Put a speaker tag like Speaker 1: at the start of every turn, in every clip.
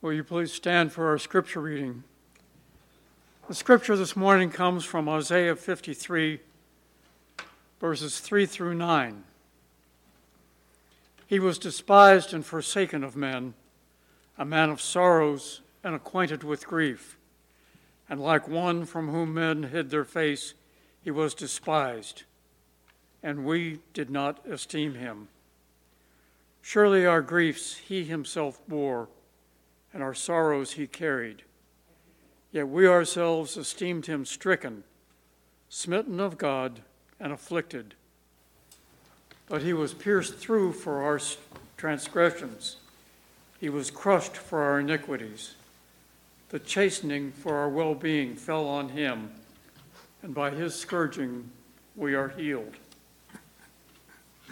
Speaker 1: Will you please stand for our scripture reading? The scripture this morning comes from Isaiah 53, verses 3 through 9. He was despised and forsaken of men, a man of sorrows and acquainted with grief. And like one from whom men hid their face, he was despised, and we did not esteem him. Surely our griefs he himself bore, and our sorrows he carried. Yet we ourselves esteemed him stricken, smitten of God, and afflicted. But he was pierced through for our transgressions, he was crushed for our iniquities. The chastening for our well being fell on him, and by his scourging we are healed.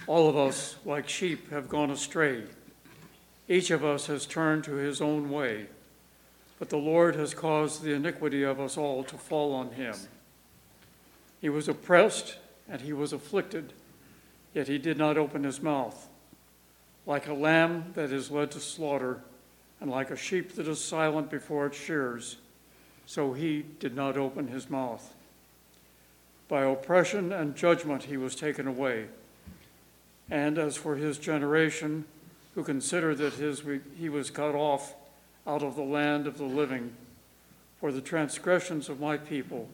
Speaker 1: All of us, like sheep, have gone astray. Each of us has turned to his own way, but the Lord has caused the iniquity of us all to fall on him. He was oppressed and he was afflicted, yet he did not open his mouth. Like a lamb that is led to slaughter, and like a sheep that is silent before its shears, so he did not open his mouth. By oppression and judgment he was taken away. And as for his generation, who consider that his, he was cut off out of the land of the living for the transgressions of my people,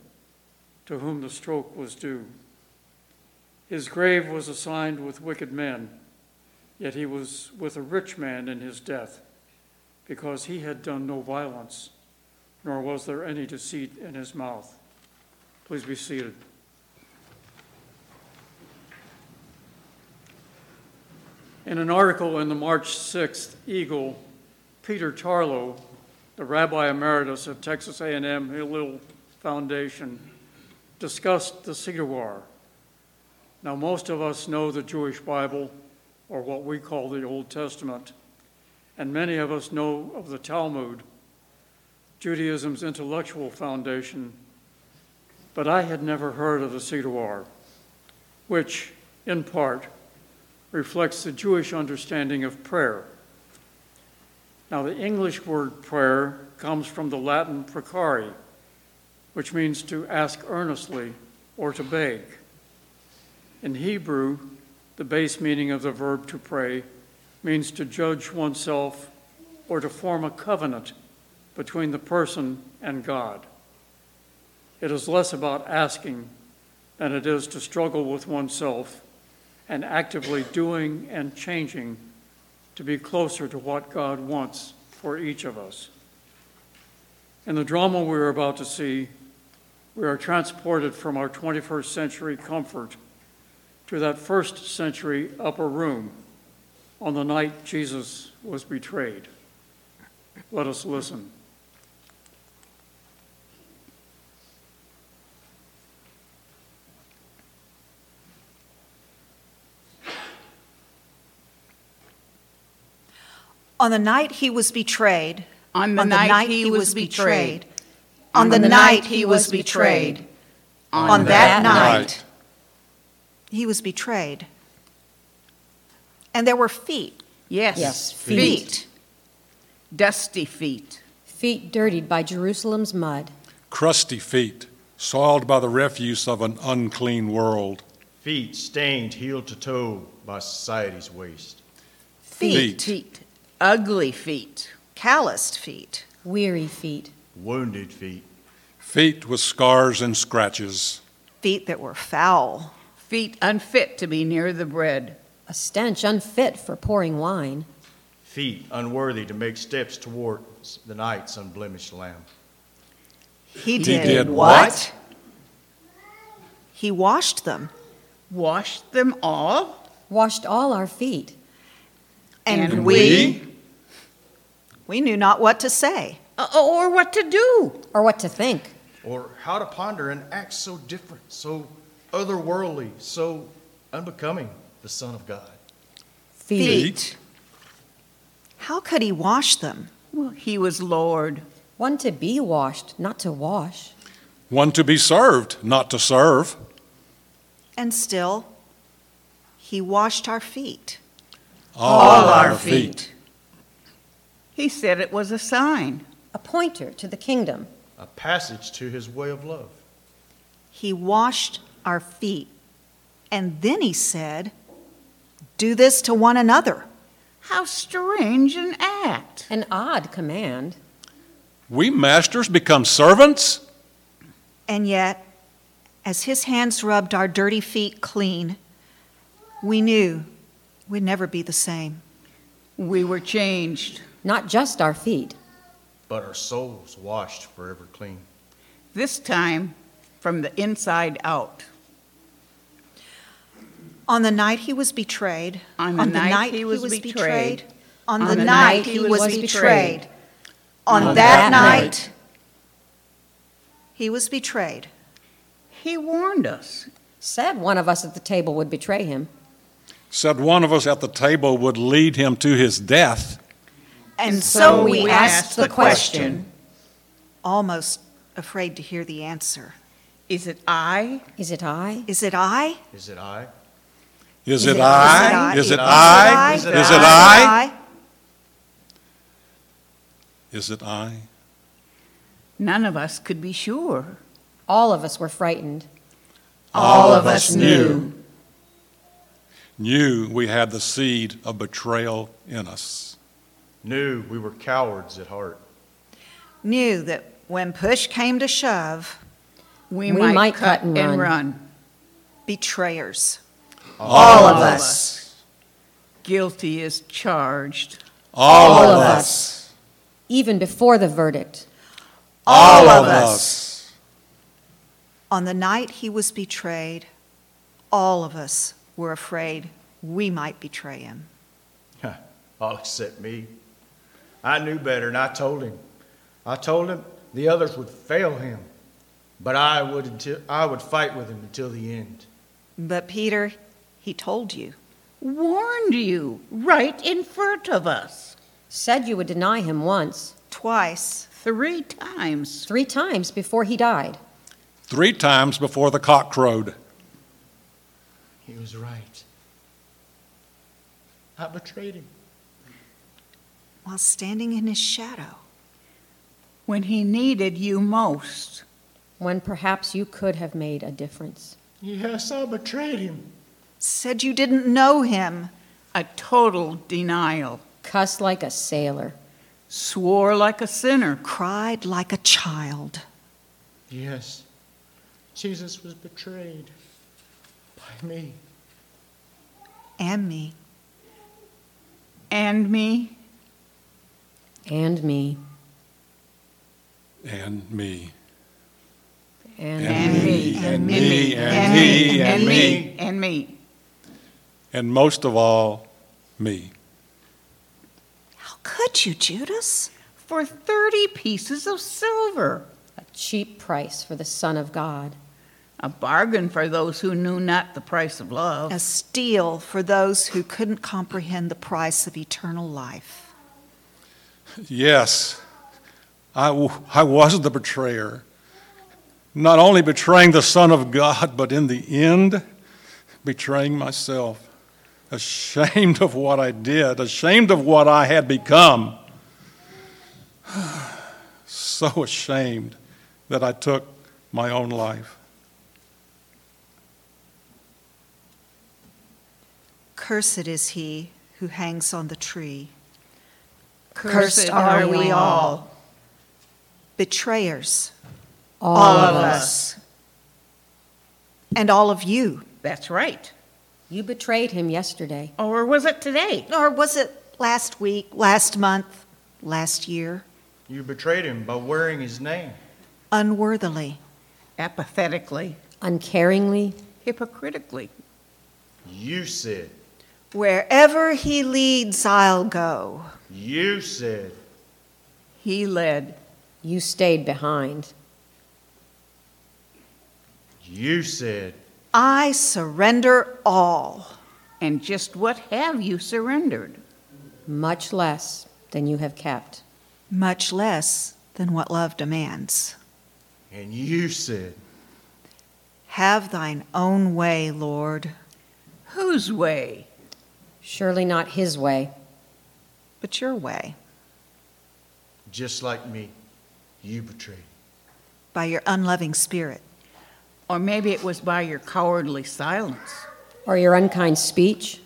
Speaker 1: to whom the stroke was due. His grave was assigned with wicked men, yet he was with a rich man in his death, because he had done no violence, nor was there any deceit in his mouth. Please be seated. In an article in the March 6th Eagle, Peter Tarlow, the rabbi emeritus of Texas A&M Hillel Foundation, discussed the Siddur. Now, most of us know the Jewish Bible, or what we call the Old Testament, and many of us know of the Talmud, Judaism's intellectual foundation, but I had never heard of the Siddur, which, in part, reflects the Jewish understanding of prayer. Now, the English word prayer comes from the Latin precari, which means to ask earnestly or to beg. In Hebrew, the base meaning of the verb to pray means to judge oneself or to form a covenant between the person and God. It is less about asking than it is to struggle with oneself and actively doing and changing to be closer to what God wants for each of us. In the drama we are about to see, we are transported from our 21st century comfort to that first century upper room on the night Jesus was betrayed. Let us listen.
Speaker 2: On the night he was betrayed.
Speaker 3: On the night he was betrayed.
Speaker 2: On the night he was betrayed. On that night he was betrayed. And there were feet,
Speaker 3: Yes,
Speaker 4: Yes,
Speaker 3: feet. Dusty feet.
Speaker 4: feet dirtied by Jerusalem's mud,
Speaker 5: crusty feet, soiled by the refuse of an unclean world,
Speaker 6: Feet stained heel to toe by society's waste.
Speaker 2: Feet.
Speaker 3: Feet. Ugly feet.
Speaker 2: calloused feet,
Speaker 4: weary feet,
Speaker 6: Wounded feet.
Speaker 5: feet with scars and scratches,
Speaker 2: feet that were foul,
Speaker 3: Feet unfit to be near the bread.
Speaker 4: a stench unfit for pouring wine,
Speaker 6: Feet unworthy to make steps toward the night's unblemished lamb.
Speaker 2: He
Speaker 5: did
Speaker 2: did
Speaker 5: what?
Speaker 2: what? He washed them
Speaker 3: Washed them all.
Speaker 4: washed all our feet,
Speaker 2: and,
Speaker 3: And
Speaker 2: we we knew not what to say.
Speaker 3: Uh, Or what to do.
Speaker 4: or what to think.
Speaker 6: Or how to ponder an act so different, so otherworldly, so unbecoming the Son of God.
Speaker 4: Feet.
Speaker 2: How could he wash them?
Speaker 3: Well, he was Lord.
Speaker 4: One to be washed, not to wash,
Speaker 5: one to be served, not to serve,
Speaker 2: And still he washed our feet.
Speaker 5: all,
Speaker 3: our feet. He said it was a sign.
Speaker 4: a pointer to the kingdom.
Speaker 6: a passage to his way of love.
Speaker 2: He washed our feet. And then he said, Do this to one another.
Speaker 3: How strange an act.
Speaker 4: An odd command.
Speaker 5: We masters become servants?
Speaker 2: And yet, as his hands rubbed our dirty feet clean, we knew we'd never be the same.
Speaker 3: We were changed.
Speaker 4: Not just our feet.
Speaker 6: But our souls washed forever clean.
Speaker 3: This time, from the inside out.
Speaker 2: On the night he was betrayed,
Speaker 3: On the night he was betrayed.
Speaker 2: on the night he was betrayed, on that
Speaker 4: that
Speaker 2: night he was betrayed.
Speaker 3: He warned us.
Speaker 4: Said one of us at the table would betray him.
Speaker 5: Said one of us at the table would lead him to his death.
Speaker 2: And so we
Speaker 4: asked the question,
Speaker 2: almost afraid to hear the answer.
Speaker 3: Is it I?
Speaker 4: Is it I?
Speaker 2: Is it I?
Speaker 6: Is it I?
Speaker 5: Is
Speaker 4: Is
Speaker 5: it
Speaker 4: it
Speaker 5: I? Is it I? Is it
Speaker 2: Is
Speaker 5: I? Is it I?
Speaker 3: None of us could be sure.
Speaker 4: All of us were frightened.
Speaker 3: All
Speaker 5: of us knew. Knew we had the seed of betrayal in us.
Speaker 6: Knew we were cowards at heart.
Speaker 2: Knew that when push came to shove,
Speaker 3: We,
Speaker 4: We
Speaker 3: might,
Speaker 4: might
Speaker 3: cut,
Speaker 4: cut and
Speaker 3: and
Speaker 4: run.
Speaker 3: run.
Speaker 2: betrayers.
Speaker 5: All
Speaker 3: of us. Guilty is charged.
Speaker 5: All
Speaker 4: All
Speaker 5: of
Speaker 4: of
Speaker 5: us.
Speaker 4: Even before the verdict,
Speaker 5: All of us.
Speaker 2: On the night he was betrayed, all of us were afraid we might betray him.
Speaker 6: All except me. I knew better and I told him. I told him the others would fail him, but I would, until, I would fight with him until the end.
Speaker 2: But Peter, he told you.
Speaker 3: Warned you right in front of us.
Speaker 4: said you would deny him once,
Speaker 2: Twice,
Speaker 3: Three times.
Speaker 4: three times before he died.
Speaker 5: Three times before the cock crowed.
Speaker 6: He was right. I betrayed him.
Speaker 2: while standing in his shadow,
Speaker 3: When he needed you most.
Speaker 4: When perhaps you could have made a difference.
Speaker 6: Yes, I betrayed him.
Speaker 2: said you didn't know him,
Speaker 3: A total denial.
Speaker 4: Cuss like a sailor.
Speaker 3: Swore like a sinner.
Speaker 2: cried like a child.
Speaker 6: Yes, Jesus was betrayed by me.
Speaker 2: And me,
Speaker 3: And me.
Speaker 4: And me.
Speaker 5: And me.
Speaker 4: And,
Speaker 3: And me.
Speaker 5: And me. And me. And me.
Speaker 3: And me.
Speaker 5: And most of all, me.
Speaker 2: how could you, Judas?
Speaker 3: For 30 pieces of silver.
Speaker 4: a cheap price for the Son of God.
Speaker 3: A bargain for those who knew not the price of love.
Speaker 2: A steal for those who couldn't comprehend the price of eternal life.
Speaker 5: Yes, I, w- I was the betrayer. Not only betraying the Son of God, but in the end, betraying myself. Ashamed of what I did, ashamed of what I had become. so ashamed that I took my own life.
Speaker 2: Cursed is he who hangs on the tree.
Speaker 3: Cursed are we all,
Speaker 2: Betrayers,
Speaker 4: All,
Speaker 2: of us. And all of you.
Speaker 3: That's right.
Speaker 4: You betrayed him yesterday.
Speaker 3: Or was it today?
Speaker 2: Or was it last week, last month, last year?
Speaker 6: You betrayed him by wearing his name.
Speaker 2: Unworthily.
Speaker 3: Apathetically,
Speaker 4: Uncaringly,
Speaker 3: hypocritically.
Speaker 6: You said,
Speaker 2: Wherever he leads, I'll go.
Speaker 6: you said,
Speaker 3: He led.
Speaker 4: you stayed behind.
Speaker 6: you said,
Speaker 2: I surrender all.
Speaker 3: And just what have you surrendered?
Speaker 4: Much less than you have kept.
Speaker 2: much less than what love demands.
Speaker 6: and you said,
Speaker 2: Have thine own way, Lord.
Speaker 3: Whose way?
Speaker 4: Surely not his way.
Speaker 2: but your way.
Speaker 6: Just like me, you betrayed.
Speaker 2: by your unloving spirit.
Speaker 3: Or maybe it was by your cowardly silence.
Speaker 4: or your unkind speech,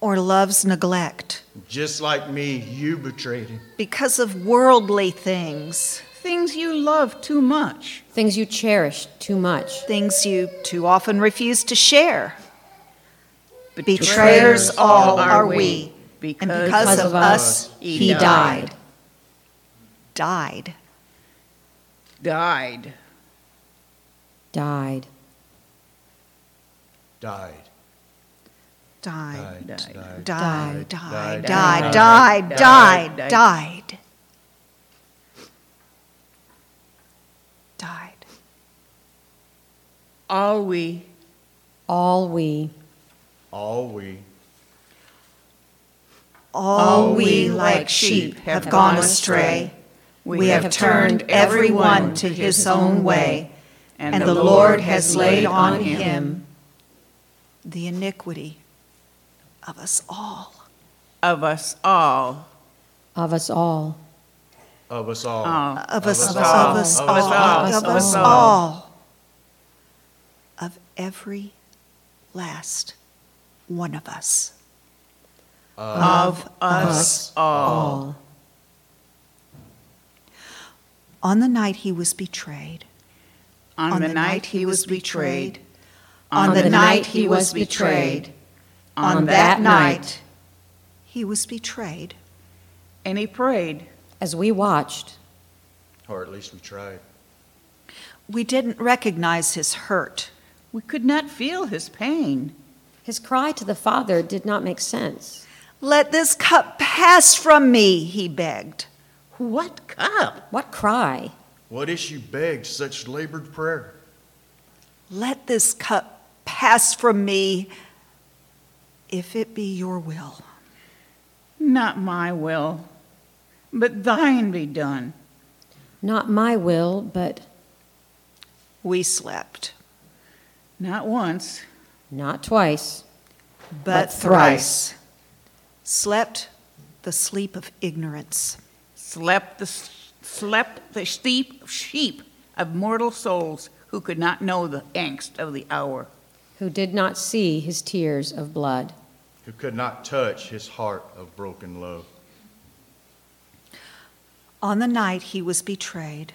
Speaker 2: or love's neglect
Speaker 6: Just like me, you betrayed him.
Speaker 2: because of worldly things,
Speaker 3: Things you love too much.
Speaker 4: things you cherish too much.
Speaker 2: things you too often refuse to share.
Speaker 3: Betrayers
Speaker 2: Betrayers all are we, and because of us,
Speaker 3: he
Speaker 2: he
Speaker 4: died.
Speaker 2: died. Died.
Speaker 3: died.
Speaker 4: Died.
Speaker 6: Died.
Speaker 2: Died.
Speaker 6: Died.
Speaker 3: Died.
Speaker 2: Died. Died.
Speaker 6: Died. Died.
Speaker 2: Died.
Speaker 3: Died.
Speaker 2: Died.
Speaker 3: Died.
Speaker 2: Died. Died. Died.
Speaker 3: All we,
Speaker 4: All we,
Speaker 6: All we.
Speaker 2: All we like sheep have gone astray. We have turned every one to his own way, and the Lord has laid on him the iniquity of us all.
Speaker 3: of us all.
Speaker 4: of us all.
Speaker 6: Of us all.
Speaker 3: all.
Speaker 2: Of us, of us
Speaker 6: Of us all.
Speaker 2: all.
Speaker 6: Of us
Speaker 3: all.
Speaker 2: Of
Speaker 3: Of
Speaker 2: us
Speaker 3: us all.
Speaker 2: all. Of every last one of us.
Speaker 3: Of us all.
Speaker 4: All.
Speaker 2: On the night he was betrayed,
Speaker 3: On the night he was betrayed.
Speaker 2: on the
Speaker 4: the
Speaker 2: night he was betrayed, on that night he was betrayed.
Speaker 3: And he prayed.
Speaker 4: As we watched,
Speaker 6: Or at least we tried.
Speaker 2: We didn't recognize his hurt.
Speaker 3: We could not feel his pain.
Speaker 4: his cry to the Father did not make sense.
Speaker 2: Let this cup pass from me, he begged.
Speaker 3: What cup?
Speaker 4: What cry?
Speaker 6: What issue begged such labored prayer?
Speaker 2: Let this cup pass from me, if it be your will.
Speaker 3: Not my will, but thine be done.
Speaker 4: Not my will, but
Speaker 2: We slept,
Speaker 3: Not once,
Speaker 4: not twice.
Speaker 2: but,
Speaker 4: But
Speaker 2: thrice. Slept the sleep of ignorance.
Speaker 3: slept the, slept the steep sheep of mortal souls who could not know the angst of the hour.
Speaker 4: Who did not see his tears of blood.
Speaker 6: Who could not touch his heart of broken love?
Speaker 2: On the night he was betrayed,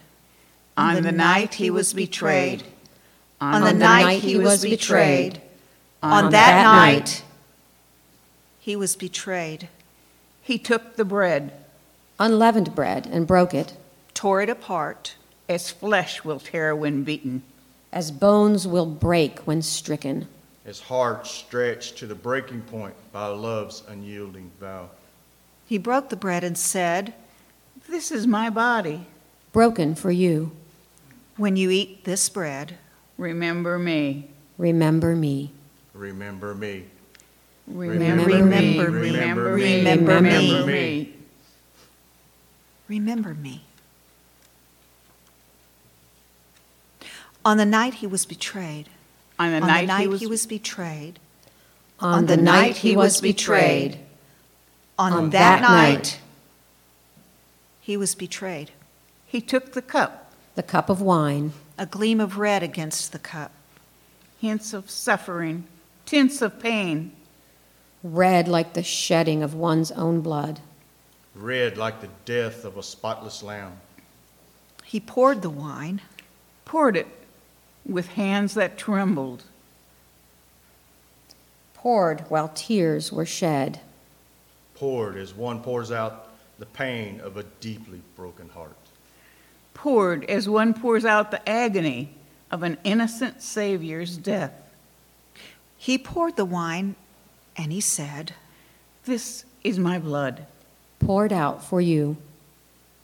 Speaker 3: On the night he was betrayed.
Speaker 2: on the night he was betrayed, on that
Speaker 4: that
Speaker 2: night he was betrayed,
Speaker 3: He took the bread
Speaker 4: Unleavened bread and broke it,
Speaker 2: tore it apart,
Speaker 3: as flesh will tear when beaten.
Speaker 4: as bones will break when stricken.
Speaker 6: His heart stretched to the breaking point by love's unyielding vow.
Speaker 2: He broke the bread and said,
Speaker 3: This is my body.
Speaker 4: Broken for you.
Speaker 2: When you eat this bread,
Speaker 3: Remember me.
Speaker 4: Remember me.
Speaker 6: Remember me.
Speaker 3: Remember me.
Speaker 2: Remember
Speaker 6: me.
Speaker 3: Remember me.
Speaker 2: Remember me.
Speaker 3: Remember me.
Speaker 2: remember me. On the night he was betrayed,
Speaker 3: On the
Speaker 2: on the
Speaker 3: night he was
Speaker 2: betrayed, On the night he was betrayed. on
Speaker 4: On
Speaker 2: that
Speaker 4: that
Speaker 2: night he was betrayed.
Speaker 3: He took the cup,
Speaker 4: The cup of wine,
Speaker 2: A gleam of red against the cup,
Speaker 3: hints of suffering, tints of pain,
Speaker 4: red like the shedding of one's own blood.
Speaker 6: Red like the death of a spotless lamb.
Speaker 2: he poured the wine,
Speaker 3: poured it with hands that trembled,
Speaker 4: Poured while tears were shed.
Speaker 6: Poured as one pours out the pain of a deeply broken heart.
Speaker 3: poured as one pours out the agony of an innocent Savior's death.
Speaker 2: he poured the wine, and he said,
Speaker 3: This is my blood.
Speaker 4: Poured out for you.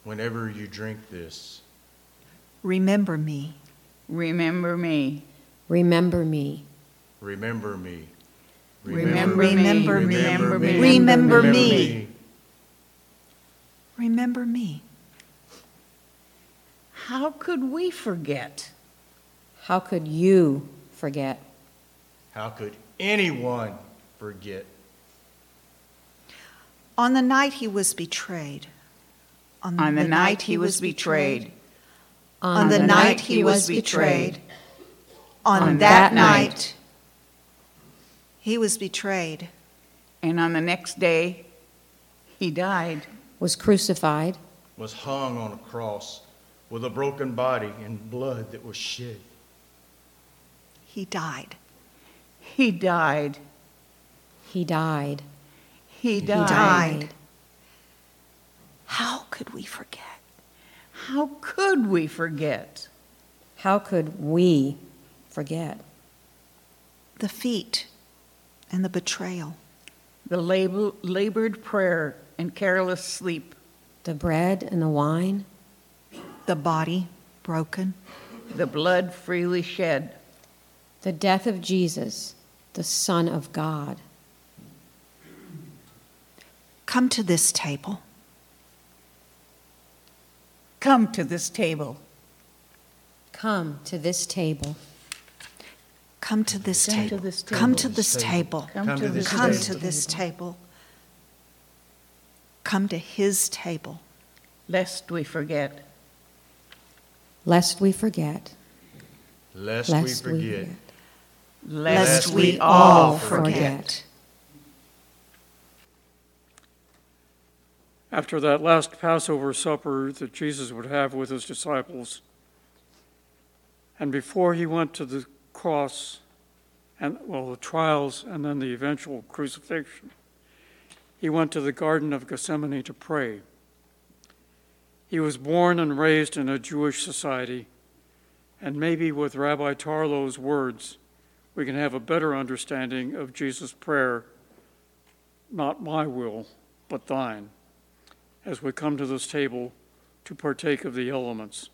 Speaker 6: Whenever you drink this,
Speaker 2: Remember me.
Speaker 3: Remember me.
Speaker 4: Remember me.
Speaker 6: remember me.
Speaker 3: Remember me.
Speaker 2: Remember me.
Speaker 3: Remember me.
Speaker 2: Remember me. Remember me.
Speaker 3: How could we forget?
Speaker 4: How could you forget?
Speaker 6: How could anyone forget?
Speaker 2: On the night he was betrayed,
Speaker 3: on the night he was betrayed.
Speaker 2: On the night he was betrayed. On that night, he was betrayed,
Speaker 3: And on the next day, he died.
Speaker 4: was crucified,
Speaker 6: was hung on a cross with a broken body and blood that was shed.
Speaker 2: he died.
Speaker 3: He died.
Speaker 4: he died.
Speaker 3: He died.
Speaker 2: died. How could we forget?
Speaker 3: How could we forget?
Speaker 4: How could we forget?
Speaker 2: the feet and the betrayal,
Speaker 3: The labor, labored prayer and careless sleep,
Speaker 4: The bread and the wine,
Speaker 2: the body broken,
Speaker 3: the blood freely shed,
Speaker 4: the death of Jesus, the Son of God.
Speaker 2: come to this table.
Speaker 3: come to this table.
Speaker 4: Come to this table.
Speaker 2: Come to this
Speaker 3: Come to
Speaker 2: table.
Speaker 3: this
Speaker 2: Come
Speaker 3: table.
Speaker 2: to this table.
Speaker 3: Come, to, this
Speaker 2: Come
Speaker 3: table.
Speaker 2: to this table. Come to his table.
Speaker 3: Lest we forget.
Speaker 4: Lest we forget.
Speaker 6: Lest,
Speaker 4: Lest
Speaker 6: we
Speaker 4: we
Speaker 6: forget.
Speaker 4: forget.
Speaker 2: Lest we all forget.
Speaker 4: forget.
Speaker 1: After that last Passover supper that Jesus would have with his disciples, and before he went to the cross and, well, the trials and then the eventual crucifixion, he went to the Garden of Gethsemane to pray. He was born and raised in a Jewish society, and maybe with Rabbi Tarlow's words, we can have a better understanding of Jesus' prayer, not my will, but thine as we come to this table to partake of the elements.